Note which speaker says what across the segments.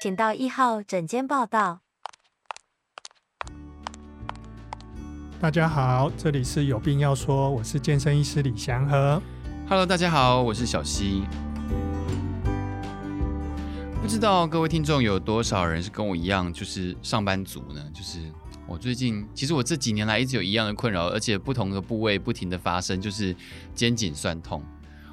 Speaker 1: 请到一号诊间报到。
Speaker 2: 大家好，这里是有病要说，我是健身医师李祥和。
Speaker 3: Hello，大家好，我是小溪。不知道各位听众有多少人是跟我一样，就是上班族呢？就是我最近，其实我这几年来一直有一样的困扰，而且不同的部位不停的发生，就是肩颈酸痛。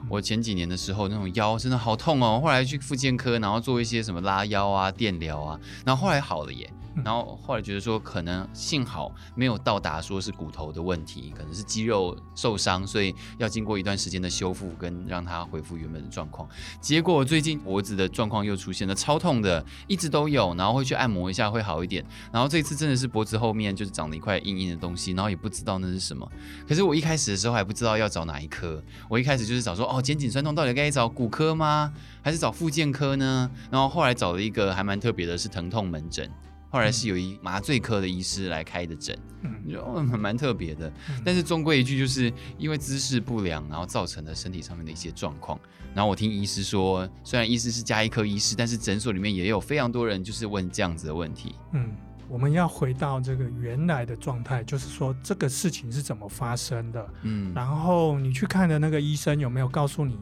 Speaker 3: 我前几年的时候，那种腰真的好痛哦。后来去复健科，然后做一些什么拉腰啊、电疗啊，然后后来好了耶。然后后来觉得说，可能幸好没有到达说是骨头的问题，可能是肌肉受伤，所以要经过一段时间的修复跟让它恢复原本的状况。结果最近脖子的状况又出现了，超痛的，一直都有，然后会去按摩一下会好一点。然后这次真的是脖子后面就是长了一块硬硬的东西，然后也不知道那是什么。可是我一开始的时候还不知道要找哪一科，我一开始就是找说哦，肩颈酸痛到底该找骨科吗？还是找复健科呢？然后后来找了一个还蛮特别的，是疼痛门诊。后来是有一麻醉科的医师来开的诊，
Speaker 2: 嗯，
Speaker 3: 就哦蛮蛮特别的。但是终归一句，就是因为姿势不良，然后造成了身体上面的一些状况。然后我听医师说，虽然医师是加医科医师，但是诊所里面也有非常多人就是问这样子的问题。
Speaker 2: 嗯，我们要回到这个原来的状态，就是说这个事情是怎么发生的，
Speaker 3: 嗯，
Speaker 2: 然后你去看的那个医生有没有告诉你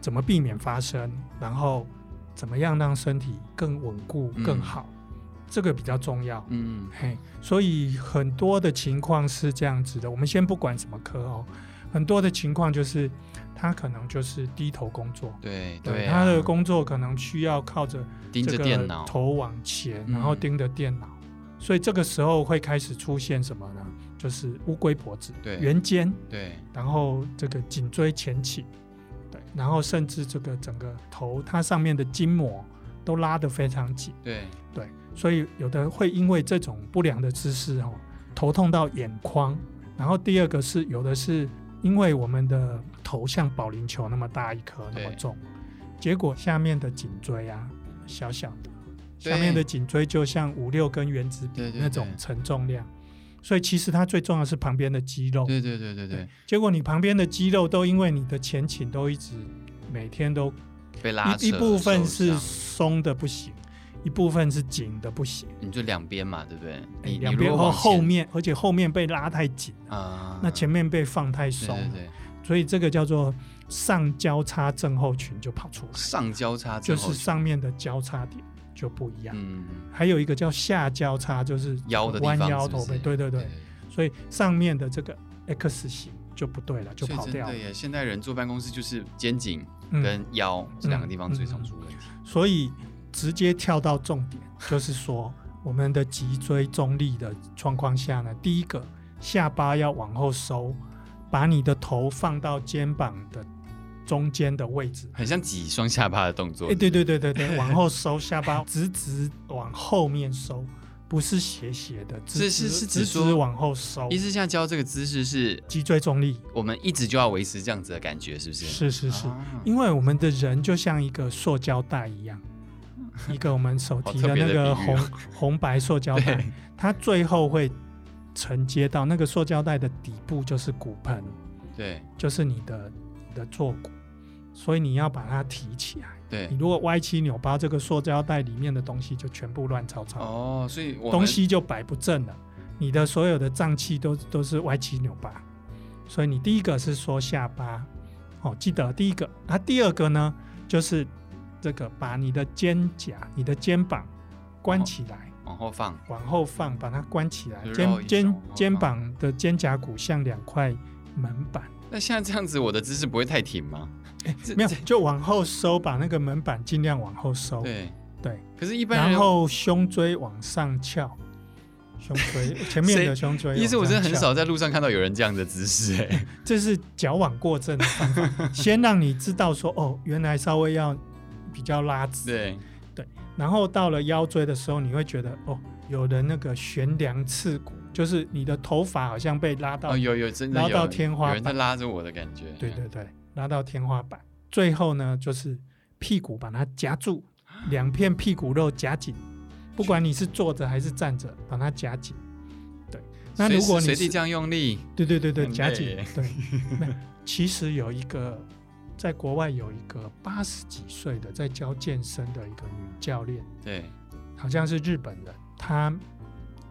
Speaker 2: 怎么避免发生，然后怎么样让身体更稳固、
Speaker 3: 嗯
Speaker 2: 更好，这个比较重要。
Speaker 3: 嗯
Speaker 2: 嘿，所以很多的情况是这样子的。我们先不管什么科哦，很多的情况就是他可能就是低头工作，
Speaker 3: 对对啊，
Speaker 2: 他的工作可能需要靠着
Speaker 3: 盯
Speaker 2: 这
Speaker 3: 着
Speaker 2: 个
Speaker 3: 电脑，
Speaker 2: 头往前，
Speaker 3: 嗯
Speaker 2: 然后盯着电脑，所以这个时候会开始出现什么呢？就是乌龟脖子、
Speaker 3: 对
Speaker 2: 圆肩，
Speaker 3: 对，
Speaker 2: 然后这个颈椎前倾，对，然后甚至这个整个头它上面的筋膜都拉得非常紧。
Speaker 3: 对，
Speaker 2: 对，所以有的会因为这种不良的姿势哦，头痛到眼眶。然后第二个是有的是因为我们的头像保龄球那么大一颗那么
Speaker 3: 对
Speaker 2: 重，结果下面的颈椎啊小小的，
Speaker 3: 对
Speaker 2: 下面的颈椎就像五六根原子笔
Speaker 3: 对对
Speaker 2: 那种
Speaker 3: 对
Speaker 2: 承重量。所以其实它最重要的是旁边的肌肉，
Speaker 3: 对对对对对，
Speaker 2: 结果你旁边的肌肉都因为你的前倾都一直每天都
Speaker 3: 被拉扯
Speaker 2: 一一部分
Speaker 3: 受
Speaker 2: 是
Speaker 3: 伤
Speaker 2: 松的不行，一部分是紧的不行。
Speaker 3: 你就两边嘛，对不对？
Speaker 2: 哎
Speaker 3: 你
Speaker 2: 两边
Speaker 3: 和
Speaker 2: 和后面，而且后面被拉太紧，
Speaker 3: 啊，
Speaker 2: 那前面被放太
Speaker 3: 对
Speaker 2: 松
Speaker 3: 对
Speaker 2: 了，
Speaker 3: 对，
Speaker 2: 所以这个叫做上交叉症候群就跑出来，
Speaker 3: 上交叉之
Speaker 2: 就
Speaker 3: 后
Speaker 2: 是上面的交叉点就不一样。
Speaker 3: 嗯
Speaker 2: 还有一个叫下交叉，就是
Speaker 3: 腰的地
Speaker 2: 弯
Speaker 3: 方
Speaker 2: 腰
Speaker 3: 是不
Speaker 2: 驼
Speaker 3: 是
Speaker 2: 背，对对对，所以上面的这个 X 型就不对了，就
Speaker 3: 所以
Speaker 2: 跑
Speaker 3: 真
Speaker 2: 掉了
Speaker 3: 的。耶，现代人坐办公室就是肩颈
Speaker 2: 嗯，
Speaker 3: 跟腰这两个地方最常出问题。
Speaker 2: 所以直接跳到重点，就是说我们的脊椎中立的状况下呢，第一个下巴要往后收，把你的头放到肩膀的中间的位置。
Speaker 3: 很像挤双下巴的动作。
Speaker 2: 哎，对
Speaker 3: 哦是
Speaker 2: 对对对对， 往后收，下巴直直往后面收，不是斜斜的，直
Speaker 3: 是是是
Speaker 2: 直直
Speaker 3: 指说
Speaker 2: 直往后收
Speaker 3: 不是，医师现在教这个姿势是
Speaker 2: 脊椎中立。
Speaker 3: 我们一直就要维持这样子的感觉，是不是？
Speaker 2: 是是是，
Speaker 3: 啊
Speaker 2: 因为我们的人就像一个塑胶袋一样，一个我们手提
Speaker 3: 好特
Speaker 2: 的
Speaker 3: 别
Speaker 2: 那
Speaker 3: 的
Speaker 2: 个
Speaker 3: 比喻
Speaker 2: 红
Speaker 3: 哦
Speaker 2: 红白塑胶袋
Speaker 3: 对，
Speaker 2: 它最后会承接到那个塑胶袋的底部就是骨盆，
Speaker 3: 对
Speaker 2: 就是你的你的坐骨，所以你要把它提起来。你
Speaker 3: 对。
Speaker 2: 如果歪七扭八，这个塑胶袋里面的东西就全部乱糟糟，
Speaker 3: 哦，所以我们
Speaker 2: 东西就摆不正了，你的所有的脏器都都是歪七扭八。所以你第一个是说下巴，哦，记得第一个。啊，第二个呢，就是这个把你的肩胛、你的肩膀关起来，
Speaker 3: 往后放，
Speaker 2: 往后放，把它关起来
Speaker 3: 哦就，绕一
Speaker 2: 肩
Speaker 3: 圈
Speaker 2: 肩
Speaker 3: 往后
Speaker 2: 肩
Speaker 3: 放
Speaker 2: 膀的肩胛骨像两块门板，
Speaker 3: 那现在这样子，我的姿势不会太挺吗？这
Speaker 2: 没有
Speaker 3: 这
Speaker 2: 就往后收，把那个门板尽量往后收，
Speaker 3: 对
Speaker 2: 对。
Speaker 3: 可是，一般人
Speaker 2: 然后胸椎往上翘，胸 椎前面的
Speaker 3: 谁
Speaker 2: 胸椎往上翘。
Speaker 3: 医师，我真的很少在路上看到有人这样的姿势、哎，
Speaker 2: 这是矫枉过正的方 法，先让你知道说哦，原来稍微要比较拉直，
Speaker 3: 对，
Speaker 2: 然后到了腰椎的时候，你会觉得哦，有的那个悬梁刺骨，就是你的头发好像被拉到，
Speaker 3: 哦，有有真的
Speaker 2: 然后
Speaker 3: 有
Speaker 2: 到天花
Speaker 3: 有人在
Speaker 2: 板
Speaker 3: 拉着我的感觉，
Speaker 2: 对对对，拉到天花板。最后呢，就是屁股把它夹住，两片屁股肉夹紧，不管你是坐着还是站着，把它夹紧。对，那
Speaker 3: 随
Speaker 2: 如
Speaker 3: 时
Speaker 2: 果你
Speaker 3: 随
Speaker 2: 是
Speaker 3: 地这样用力，
Speaker 2: 对对对对，
Speaker 3: 很
Speaker 2: 夹
Speaker 3: 累
Speaker 2: 紧
Speaker 3: 耶。
Speaker 2: 对，没有其实有一个在国外有一个八十几岁的在教健身的一个女教练，
Speaker 3: 对，
Speaker 2: 好像是日本人，她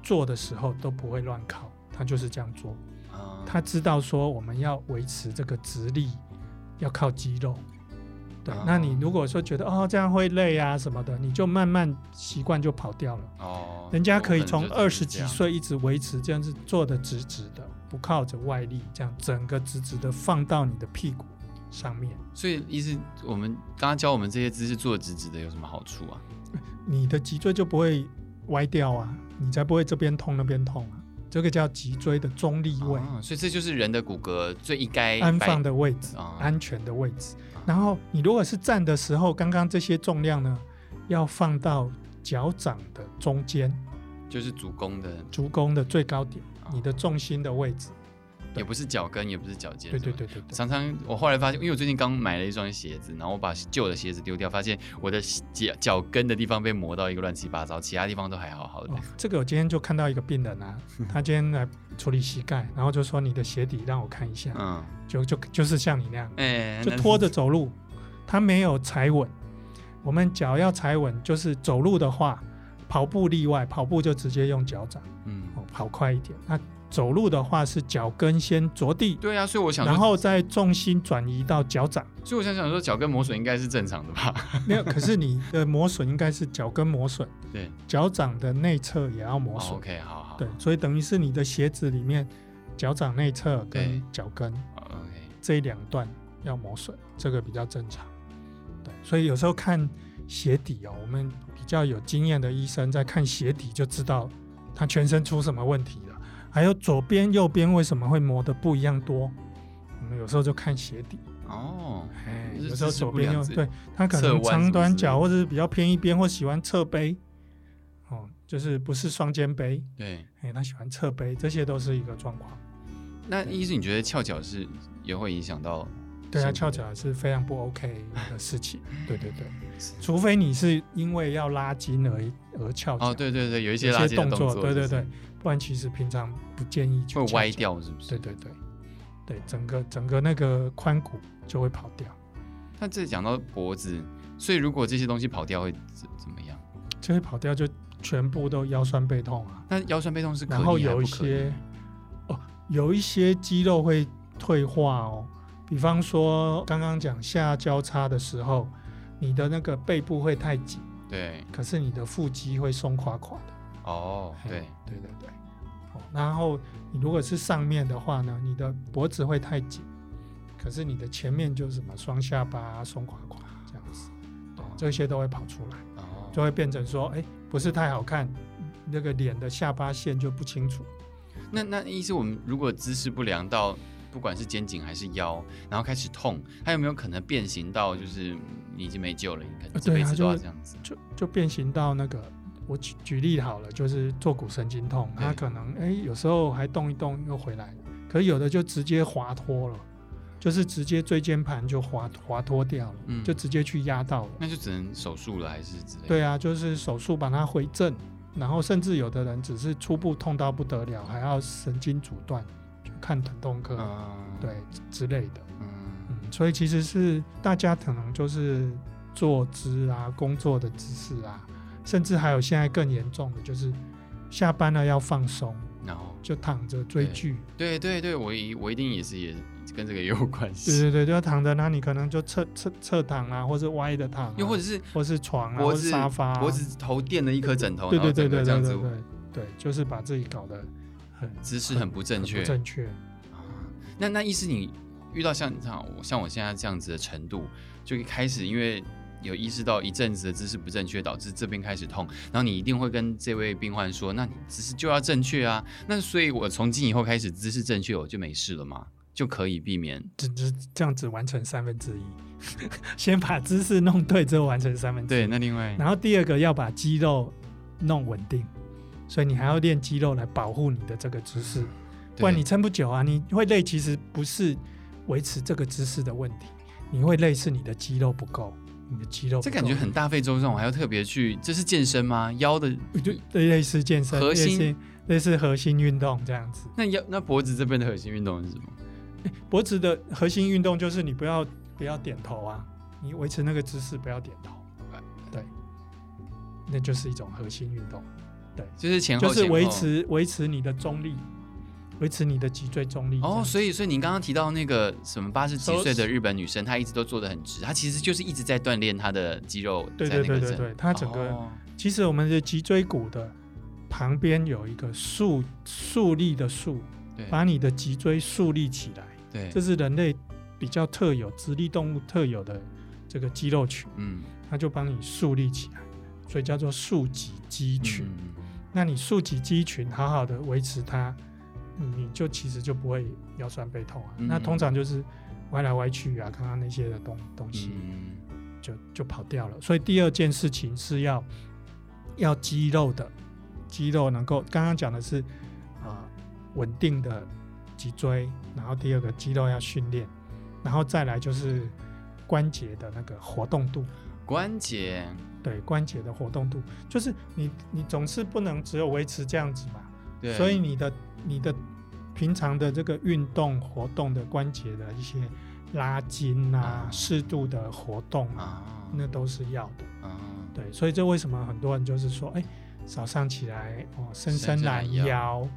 Speaker 2: 做的时候都不会乱靠，她就是这样做。
Speaker 3: 啊
Speaker 2: 她知道说我们要维持这个直立，要靠肌肉。对
Speaker 3: 哦，
Speaker 2: 那你如果说觉得哦这样会累啊什么的，你就慢慢习惯就跑掉了。
Speaker 3: 哦，
Speaker 2: 人家可以
Speaker 3: 有能
Speaker 2: 从
Speaker 3: 就只能
Speaker 2: 二十几
Speaker 3: 这样，
Speaker 2: 岁一直维持这样子坐的直直的，不靠着外力，这样整个直直的放到你的屁股上面。
Speaker 3: 所以意思我们刚刚教我们这些姿势做得直直的有什么好处啊？
Speaker 2: 你的脊椎就不会歪掉啊，你才不会这边痛那边痛啊。这个叫脊椎的中立位，
Speaker 3: 哦哎所以这就是人的骨骼最应该
Speaker 2: 安
Speaker 3: 摆
Speaker 2: 放的位置，
Speaker 3: 哦
Speaker 2: 安全的位置
Speaker 3: 哦。
Speaker 2: 然后你如果是站的时候，刚刚这些重量呢，要放到脚掌的中间，
Speaker 3: 就是足弓的，
Speaker 2: 足弓的最高点
Speaker 3: 哦，
Speaker 2: 你的重心的位置。
Speaker 3: 也不是脚跟，也不是脚尖，
Speaker 2: 对
Speaker 3: 是
Speaker 2: 对
Speaker 3: 吧。
Speaker 2: 对对对，
Speaker 3: 常常我后来发现，因为我最近刚买了一双鞋子，然后我把旧的鞋子丢掉，发现我的脚脚跟的地方被磨到一个乱七八糟，其他地方都还好好的。
Speaker 2: 哦，这个我今天就看到一个病人啊，
Speaker 3: 嗯
Speaker 2: 他今天来处理膝盖，然后就说你的鞋底让我看一下，
Speaker 3: 嗯，
Speaker 2: 就就就是像你那样，
Speaker 3: 哎、
Speaker 2: 哦就
Speaker 3: 那
Speaker 2: 拖着走路，他没有踩稳。我们脚要踩稳，就是走路的话，跑步例外，跑步就直接用脚掌，
Speaker 3: 嗯，
Speaker 2: 哦，跑快一点。那走路的话是脚跟先着地，
Speaker 3: 对啊，所以我想
Speaker 2: 然
Speaker 3: 说，
Speaker 2: 后再重心转移到脚 掌。
Speaker 3: 所以我想想说，脚跟磨损应该是正常的吧？
Speaker 2: 没有，可是你的磨损应该是脚跟磨损，
Speaker 3: 对，
Speaker 2: 脚掌的内侧也要 磨
Speaker 3: 哦
Speaker 2: 损。
Speaker 3: OK，好好，
Speaker 2: 对，所以等于是你的鞋子里面脚掌内侧
Speaker 3: 对
Speaker 2: 跟脚跟
Speaker 3: 好，OK，
Speaker 2: 这两段要磨损，这个比较正常。对，所以有时候看鞋底哦，我们比较有经验的医生在看鞋底就知道他全身出什么问题了，还有左边右边为什么会磨得不一样多。我们有时候就看鞋底，
Speaker 3: 哦，
Speaker 2: 哎，
Speaker 3: 就是
Speaker 2: 有时候
Speaker 3: 姿势
Speaker 2: 左
Speaker 3: 不
Speaker 2: 边
Speaker 3: 良
Speaker 2: 右，
Speaker 3: 姿
Speaker 2: 对他可
Speaker 3: 侧
Speaker 2: 能
Speaker 3: 弯什么
Speaker 2: 长短
Speaker 3: 之类
Speaker 2: 脚
Speaker 3: 的
Speaker 2: 或者是比较偏一边，或喜欢侧背，哦，就是不是双肩背，
Speaker 3: 对。
Speaker 2: 哎，他喜欢侧背，这些都是一个状况。
Speaker 3: 那意思你觉得翘脚是也会影响到？
Speaker 2: 对啊，
Speaker 3: 是
Speaker 2: 翘脚是非常不 OK 的事 情。对对对，除非你是因为要拉筋而而翘脚，
Speaker 3: 哦，对对对，有一些
Speaker 2: 有
Speaker 3: 垃
Speaker 2: 些
Speaker 3: 圾的
Speaker 2: 动
Speaker 3: 作，
Speaker 2: 对对
Speaker 3: 就是
Speaker 2: 对，不然其实平常不建议去
Speaker 3: 会
Speaker 2: 翘
Speaker 3: 歪
Speaker 2: 脚。
Speaker 3: 掉，是不是？
Speaker 2: 对对对对，整个整个那个髋骨就会跑掉，
Speaker 3: 那这讲到脖子，所以如果这些东西跑掉会怎怎么样？
Speaker 2: 就会跑掉，就全部都腰酸背痛啊。
Speaker 3: 那腰酸背痛是可逆
Speaker 2: 然后
Speaker 3: 还
Speaker 2: 有一
Speaker 3: 不可逆
Speaker 2: 些哦，有一些肌肉会退化哦，比方说刚刚讲下交叉的时候，你的那个背部会太紧，
Speaker 3: 对
Speaker 2: 可是你的腹肌会松垮垮的。
Speaker 3: 哦
Speaker 2: 嘿
Speaker 3: 对
Speaker 2: 对对对。哦，然后你如果是上面的话呢，你的脖子会太紧，可是你的前面就是什么双下巴啊、松垮垮这样子，对，这些都会跑出来，
Speaker 3: 哦
Speaker 2: 就会变成说，哎，不是太好看，那个脸的下巴线就不清楚。
Speaker 3: 那那意思我们如果姿势不良到不管是肩颈还是腰，然后开始痛，它有没有可能变形到就是你已经没救了，你可能
Speaker 2: 呃
Speaker 3: 这
Speaker 2: 对啊
Speaker 3: 辈子都要
Speaker 2: 就是
Speaker 3: 这样子？
Speaker 2: 就就变形到那个，我举举例好了，就是坐骨神经痛，
Speaker 3: 对
Speaker 2: 它可能哎、有时候还动一动又回来，可是有的就直接滑脱了，就是直接椎间盘就滑滑脱掉了，
Speaker 3: 嗯
Speaker 2: 就直接去压到了。
Speaker 3: 那就只能手术了，还是之类的？
Speaker 2: 对啊，就是手术把它回正，然后甚至有的人只是初步痛到不得了，还要神经阻断，去看疼痛科，
Speaker 3: 嗯，
Speaker 2: 啊对之类的。
Speaker 3: 嗯，
Speaker 2: 嗯，所以其实是大家可能就是坐姿啊、工作的姿势啊，甚至还有现在更严重的就是下班了要放松，
Speaker 3: 然后
Speaker 2: 就躺着追剧，
Speaker 3: 对对对，我一我一定也是也跟这个也有关
Speaker 2: 对
Speaker 3: 系，
Speaker 2: 对对，就要躺着，那你可能就侧侧侧躺啊，或是歪的躺、啊，
Speaker 3: 又或者是
Speaker 2: 或是床啊，
Speaker 3: 脖
Speaker 2: 或
Speaker 3: 子
Speaker 2: 是沙发、啊，
Speaker 3: 脖子头垫了一颗枕头，
Speaker 2: 对
Speaker 3: 然后
Speaker 2: 对对对
Speaker 3: 整个这
Speaker 2: 对
Speaker 3: 样
Speaker 2: 对
Speaker 3: 子
Speaker 2: 对对，就是把自己搞得很
Speaker 3: 姿势很不正
Speaker 2: 很
Speaker 3: 确，
Speaker 2: 不正确。
Speaker 3: 啊，那那意思你遇到像像我像我现在这样子的程度，就一开始因为有意识到一阵子的姿势不正确，导致这边开始痛，然后你一定会跟这位病患说，那你姿势就要正确啊。那所以我从今以后开始姿势正确，我就没事了嘛，就可以避免。
Speaker 2: 只只这样子完成三分之一， 先把姿势弄对，之后完成三分之一。
Speaker 3: 对，那另外
Speaker 2: 然后第二个要把肌肉弄稳定，所以你还要练肌肉来保护你的这个姿势，
Speaker 3: 嗯
Speaker 2: 不然你撑不久啊，你会累。其实不是维持这个姿势的问题，你会累是你的肌肉不够，你的肌肉不
Speaker 3: 这
Speaker 2: 够
Speaker 3: 感觉很大费周章，我还要特别去，这是健身吗？腰的
Speaker 2: 呃就类似健身，
Speaker 3: 核
Speaker 2: 类
Speaker 3: 心
Speaker 2: 似类似核心运动这样子。
Speaker 3: 那腰那脖子这边的核心运动是什么？
Speaker 2: 脖子的核心运动就是你不要不要点头啊，你维持那个姿势不要点头，对，那就是一种核心运动，
Speaker 3: 就是前后
Speaker 2: 就是
Speaker 3: 前后
Speaker 2: 维持维持你的中立，维持你的脊椎中立。
Speaker 3: 哦，所
Speaker 2: 以
Speaker 3: 以所以你刚刚提到那个什么八十几
Speaker 2: 手
Speaker 3: 岁的日本女生，她一直都坐得很直，她其实就是一直在锻炼她的肌肉在
Speaker 2: 对
Speaker 3: 那个
Speaker 2: 对
Speaker 3: 整。
Speaker 2: 对对对，它整个、
Speaker 3: 哦
Speaker 2: 其实我们的脊椎骨的旁边有一个竖竖立的竖，
Speaker 3: 对
Speaker 2: 把你的脊椎竖立起来，
Speaker 3: 对，
Speaker 2: 这是人类比较特有、直立动物特有的这个肌肉群，
Speaker 3: 嗯
Speaker 2: 它就帮你竖立起来，所以叫做竖脊肌群。
Speaker 3: 嗯嗯嗯
Speaker 2: 那你竖脊肌群好好的维持它，嗯你就其实就不会腰酸背痛啊。
Speaker 3: 嗯
Speaker 2: 那通常就是歪来歪去啊，刚刚那些的东东西
Speaker 3: 嗯
Speaker 2: 就就跑掉了。所以第二件事情是要要肌肉的肌肉能够，刚刚讲的是啊稳、定的脊椎，然后第二个肌肉要训练，然后再来就是关节的那个活动度。
Speaker 3: 关节，
Speaker 2: 对关节的活动度，就是你你总是不能只有维持这样子嘛，
Speaker 3: 对，
Speaker 2: 所以你的你的平常的这个运动活动的关节的一些拉筋啊
Speaker 3: 啊，
Speaker 2: 适度的活动啊，
Speaker 3: 啊
Speaker 2: 那都是要的。
Speaker 3: 啊
Speaker 2: 对，所以这为什么很多人就是说，哎，早上起来哦，伸
Speaker 3: 伸
Speaker 2: 伸
Speaker 3: 伸
Speaker 2: 懒
Speaker 3: 懒腰
Speaker 2: 腰，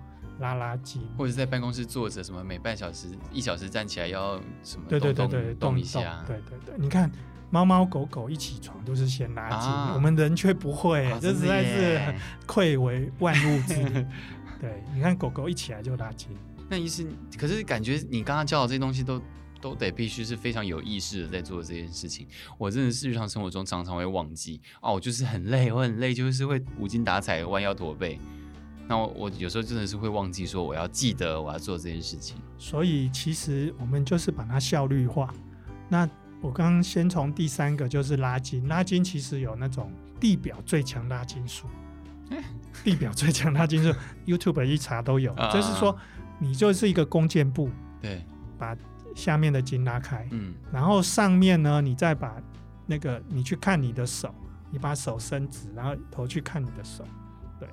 Speaker 2: 拉拉筋，
Speaker 3: 或者在办公室坐着，什么每半小时、一小时站起来要什么
Speaker 2: 对对对
Speaker 3: 动动
Speaker 2: 对，动
Speaker 3: 动
Speaker 2: 一
Speaker 3: 一
Speaker 2: 动
Speaker 3: 下，，
Speaker 2: 对对对，你看。猫猫狗狗一起床都是先拉筋，
Speaker 3: 啊
Speaker 2: 我们人却不会，
Speaker 3: 啊
Speaker 2: 这
Speaker 3: 真
Speaker 2: 实
Speaker 3: 的
Speaker 2: 在是
Speaker 3: 耶
Speaker 2: 很 愧为万物 之灵。对，你看狗狗一起来就拉筋，
Speaker 3: 那意思，可是感觉你刚刚教的这些东西都都得必须是非常有意识的在做这件事情。我真的是日常生活中常常会忘记哦，我就是很累，我很累，就是会无精打采、弯腰驼背。那我我有时候真的是会忘记说我要记得我要做这件事情。
Speaker 2: 所以其实我们就是把它效率化。那我刚刚先从第三个就是拉筋，拉筋其实有那种地表最强拉筋 术，地表最强拉筋术，YouTube 一查都有
Speaker 3: 啊。
Speaker 2: 就是说，你就是一个弓箭步，
Speaker 3: 对，
Speaker 2: 把下面的筋拉开，
Speaker 3: 嗯，
Speaker 2: 然后上面呢，你再把那个你去看你的手，你把手伸直，然后头去看你的手，对，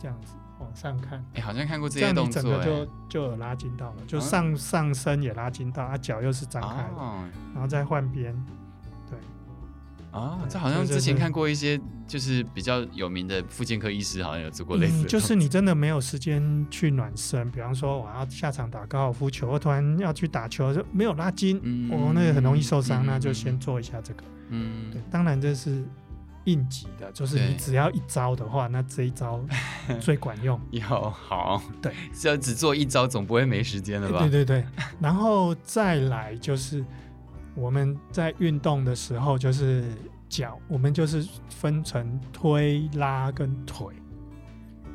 Speaker 2: 这样子往上看。
Speaker 3: 哎、好像看过这
Speaker 2: 这
Speaker 3: 些
Speaker 2: 样
Speaker 3: 动
Speaker 2: 你整
Speaker 3: 作、
Speaker 2: 个
Speaker 3: 哎，
Speaker 2: 就就有拉筋到了，就
Speaker 3: 啊
Speaker 2: 上、上身也拉筋到，啊脚又是张开的，
Speaker 3: 哦
Speaker 2: 然后再换边，对
Speaker 3: 哦，
Speaker 2: 对
Speaker 3: 这好像
Speaker 2: 对对
Speaker 3: 之前
Speaker 2: 对
Speaker 3: 看过一些，就是比较有名的妇健科医师好像有做过类似的动
Speaker 2: 嗯
Speaker 3: 作、
Speaker 2: 就是你真的没有时间去暖身，比方说我要下场打高尔夫球，我突然要去打球，就没有拉筋，
Speaker 3: 嗯
Speaker 2: 我、那个很容易受伤，
Speaker 3: 嗯
Speaker 2: 那就
Speaker 3: 嗯
Speaker 2: 先做一下这个。
Speaker 3: 嗯
Speaker 2: 对，当然这是应急的，就是
Speaker 3: 对
Speaker 2: 你只要一招的话，那这一 招最管用。
Speaker 3: 要好，
Speaker 2: 对，
Speaker 3: 只要只做一招，总不会没时间了吧？
Speaker 2: 哎对对对，然后再来就是我们在运动的时候，就是脚，我们就是分成推、拉跟腿，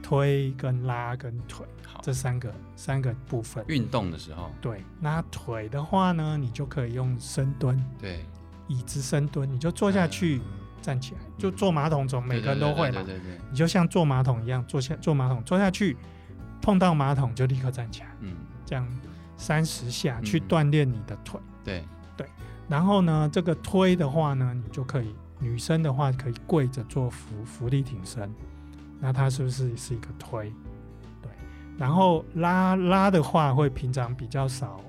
Speaker 2: 推跟拉跟腿
Speaker 3: 好，
Speaker 2: 这三个三个部分。
Speaker 3: 运动的时候，
Speaker 2: 对，那腿的话呢，你就可以用深蹲，
Speaker 3: 对，
Speaker 2: 椅子深蹲，你就坐下去，站起来，就坐马桶总
Speaker 3: 嗯
Speaker 2: 每个人都会嘛
Speaker 3: 对，对对对对对
Speaker 2: 你就像坐马桶一样，坐下坐马桶坐下去，碰到马桶就立刻站起来。
Speaker 3: 嗯，
Speaker 2: 这样三十下
Speaker 3: 嗯
Speaker 2: 去锻炼你的腿。
Speaker 3: 对，
Speaker 2: 然后呢，这个推的话呢，你就可以，女生的话可以跪着做浮浮力挺身，那它是不是是一个推？对。然后拉拉的话，会平常比较少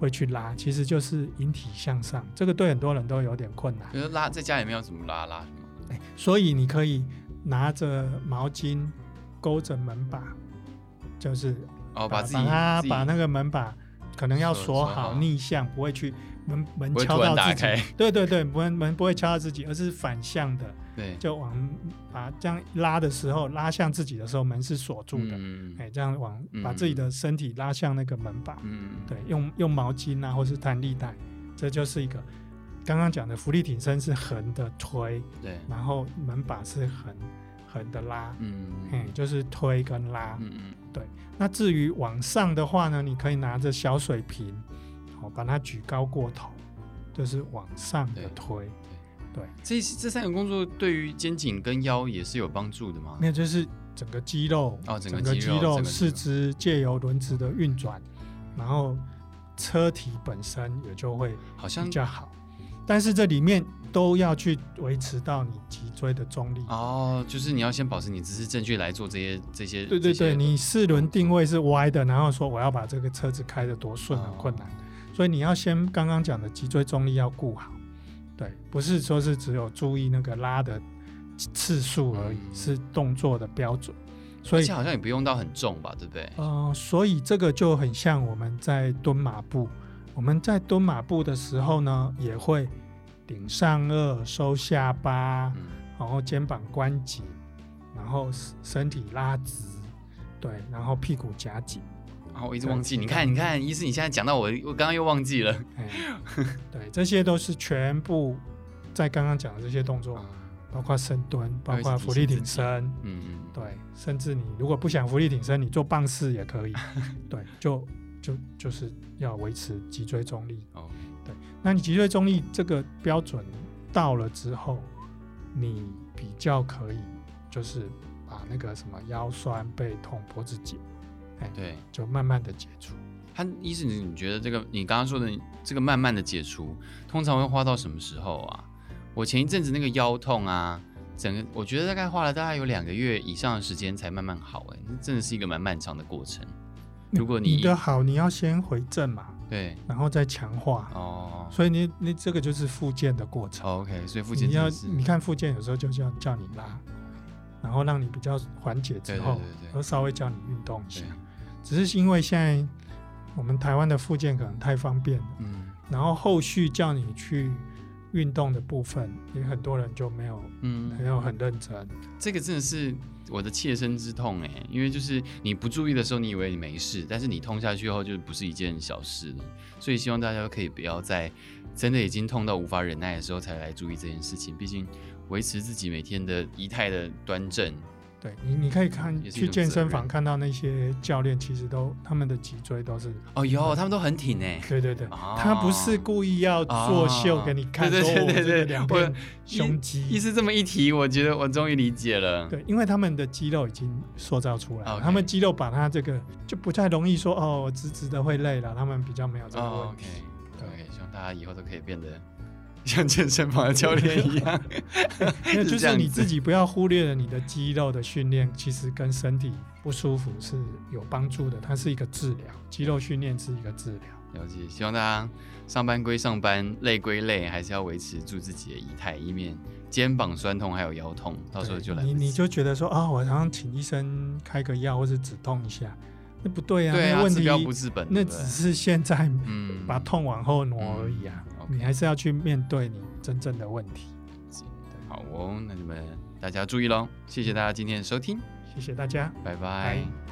Speaker 2: 会去拉，其实就是引体向上，这个对很多人都有点困难
Speaker 3: 比，如说拉在家里面要怎么拉拉什么，
Speaker 2: 所以你可以拿着毛巾勾着门把，就是
Speaker 3: 哦，
Speaker 2: 把
Speaker 3: 自己
Speaker 2: 它
Speaker 3: 自己
Speaker 2: 把那个门把可能要
Speaker 3: 锁
Speaker 2: 锁
Speaker 3: 锁好
Speaker 2: 好，逆向不会去门门
Speaker 3: 不会
Speaker 2: 敲
Speaker 3: 突然
Speaker 2: 到
Speaker 3: 打
Speaker 2: 自己
Speaker 3: 开，
Speaker 2: 对对对，门门不会敲到自己，而是反向的，
Speaker 3: 对，
Speaker 2: 就往把这样拉的时候拉向自己的时候，门是锁住的，
Speaker 3: 嗯
Speaker 2: 哎，这样往
Speaker 3: 嗯
Speaker 2: 把自己的身体拉向那个门把，
Speaker 3: 嗯，
Speaker 2: 对，用用毛巾啊或是弹力带，这就是一个刚刚讲的浮力挺身是横的推，
Speaker 3: 对，
Speaker 2: 然后门把是横横的拉，
Speaker 3: 嗯
Speaker 2: 哎，就是推跟拉，
Speaker 3: 嗯嗯
Speaker 2: 那至于往上的话呢，你可以拿着小水瓶，好、把它举高过头，就是往上的推。
Speaker 3: 这这三个工作对于肩颈跟腰也是有帮助的吗
Speaker 2: 没？有，就是整个肌肉，
Speaker 3: 哦整个
Speaker 2: 个
Speaker 3: 肌
Speaker 2: 肌
Speaker 3: 肉整个肌肉
Speaker 2: 四肢借由轮子的运转，然后车体本身也就会
Speaker 3: 好像
Speaker 2: 比较好。但是这里面都要去维持到你脊椎的中立。
Speaker 3: 哦，就是你要先保持你姿势正确来做这些这些，
Speaker 2: 对对
Speaker 3: 这些
Speaker 2: 对，你四轮定位是歪的，然后说我要把这个车子开得多顺很啊
Speaker 3: 哦
Speaker 2: 困难，所以你要先刚刚讲的脊椎中立要顾好，对，不是说是只有注意那个拉的次数而已，
Speaker 3: 嗯
Speaker 2: 是动作的标准。所
Speaker 3: 而
Speaker 2: 以
Speaker 3: 且好像也不用到很重吧，对不对？
Speaker 2: 呃，所以这个就很像我们在蹲马步。我们在蹲马步的时候呢，也会顶上颚、收下巴，
Speaker 3: 嗯，
Speaker 2: 然后肩膀关紧，然后身身体拉直，对，然后屁股夹紧。
Speaker 3: 然啊后我一直忘记，你看，你看，医师，你现在讲到我，我刚刚又忘记了。
Speaker 2: 哎对，这些都是全部在刚刚讲的这些动
Speaker 3: 啊
Speaker 2: 作，包括深蹲，包括浮力挺身，
Speaker 3: 嗯
Speaker 2: 对，甚至你如果不想浮力挺身，你做棒式也可以，对，就就就是要维持脊椎中立。
Speaker 3: 哦，
Speaker 2: 那你脊椎中立这个标准到了之后，你比较可以就是把那个什么腰酸背痛、脖子紧，哎，
Speaker 3: 对，
Speaker 2: 就慢慢的解除。
Speaker 3: 他医生，你觉得这个你刚刚说的这个慢慢的解除，通常会花到什么时候啊？我前一阵子那个腰痛啊，整个我觉得大概花了大概有两个月以上的时间才慢慢好、欸，哎，那真的是一个蛮漫长的过程。如果你哦
Speaker 2: 你的好，你要先回正嘛，
Speaker 3: 对，
Speaker 2: 然后再强化。
Speaker 3: 哦
Speaker 2: 所以你你这个就是复健的过程。
Speaker 3: 哦，OK，所以复健
Speaker 2: 你
Speaker 3: 真
Speaker 2: 要
Speaker 3: 的是，
Speaker 2: 你看复健有时候就叫叫你拉，然后让你比较缓解
Speaker 3: 对
Speaker 2: 之
Speaker 3: 对
Speaker 2: 后，
Speaker 3: 对
Speaker 2: 然
Speaker 3: 对
Speaker 2: 后稍微叫你运动一下
Speaker 3: 对。，啊
Speaker 2: 只是因为现在我们台湾的复健可能太方便了，
Speaker 3: 嗯
Speaker 2: 然后后续叫你去运动的部分，也很多人就没有
Speaker 3: 嗯
Speaker 2: 没，有很认真。
Speaker 3: 这个真的是我的切身之痛哎、因为就是你不注意的时候，你以为你没事，但是你痛下去后，就不是一件小事了。所以希望大家可以不要在真的已经痛到无法忍耐的时候才来注意这件事情。毕竟维持自己每天的仪态的端正，
Speaker 2: 对你，你可以看
Speaker 3: 也是一
Speaker 2: 去
Speaker 3: 种
Speaker 2: 健身
Speaker 3: 责
Speaker 2: 房
Speaker 3: 任
Speaker 2: 看到那些教练，其实都他们的脊椎都 是，
Speaker 3: 哦哟，他们都很挺哎、
Speaker 2: 对对对，
Speaker 3: 啊
Speaker 2: 他不是故意要作秀给你看，
Speaker 3: 啊对对
Speaker 2: 说我
Speaker 3: 对对
Speaker 2: 这个
Speaker 3: 对
Speaker 2: 两
Speaker 3: 我
Speaker 2: 边胸
Speaker 3: 意
Speaker 2: 肌，
Speaker 3: 思这 么一提，我觉得我终于理解了。
Speaker 2: 对，因为他们的肌肉已经塑造出来了，
Speaker 3: 啊 OK
Speaker 2: 他们肌肉把它这个就不太容易说哦，我直直的会累了，他们比较没有这个
Speaker 3: 哦
Speaker 2: 问
Speaker 3: ，OK
Speaker 2: 题。
Speaker 3: OK，希望大家以后都可以变得像健身房的教练一 样。
Speaker 2: 因为就是
Speaker 3: 这
Speaker 2: 是
Speaker 3: 样
Speaker 2: 你
Speaker 3: 子
Speaker 2: 自己不要忽略了你的肌肉的训练，其实跟身体不舒服是有帮助的，它是一个治疗，肌肉训练是一个治疗。
Speaker 3: 了解，希望大家上班归上班，累归累，还是要维持住自己的仪态，以免肩膀酸痛还有腰痛，到时候就来不
Speaker 2: 你
Speaker 3: 及。
Speaker 2: 你就觉得说啊、我好像请医生开个药或者止痛一下，那不对啊，
Speaker 3: 对
Speaker 2: 那
Speaker 3: 啊，
Speaker 2: 个问
Speaker 3: 治标不
Speaker 2: 题
Speaker 3: 治本，
Speaker 2: 那
Speaker 3: 对不
Speaker 2: 只
Speaker 3: 对
Speaker 2: 是现在
Speaker 3: 嗯
Speaker 2: 把痛往后挪而已啊，
Speaker 3: 嗯
Speaker 2: 你
Speaker 3: OK
Speaker 2: 还是要去面对你真正的问题。
Speaker 3: 好哦，那你们大家注意喽，谢谢大家今天的收听，
Speaker 2: 谢谢大家。
Speaker 3: 拜拜。
Speaker 2: 拜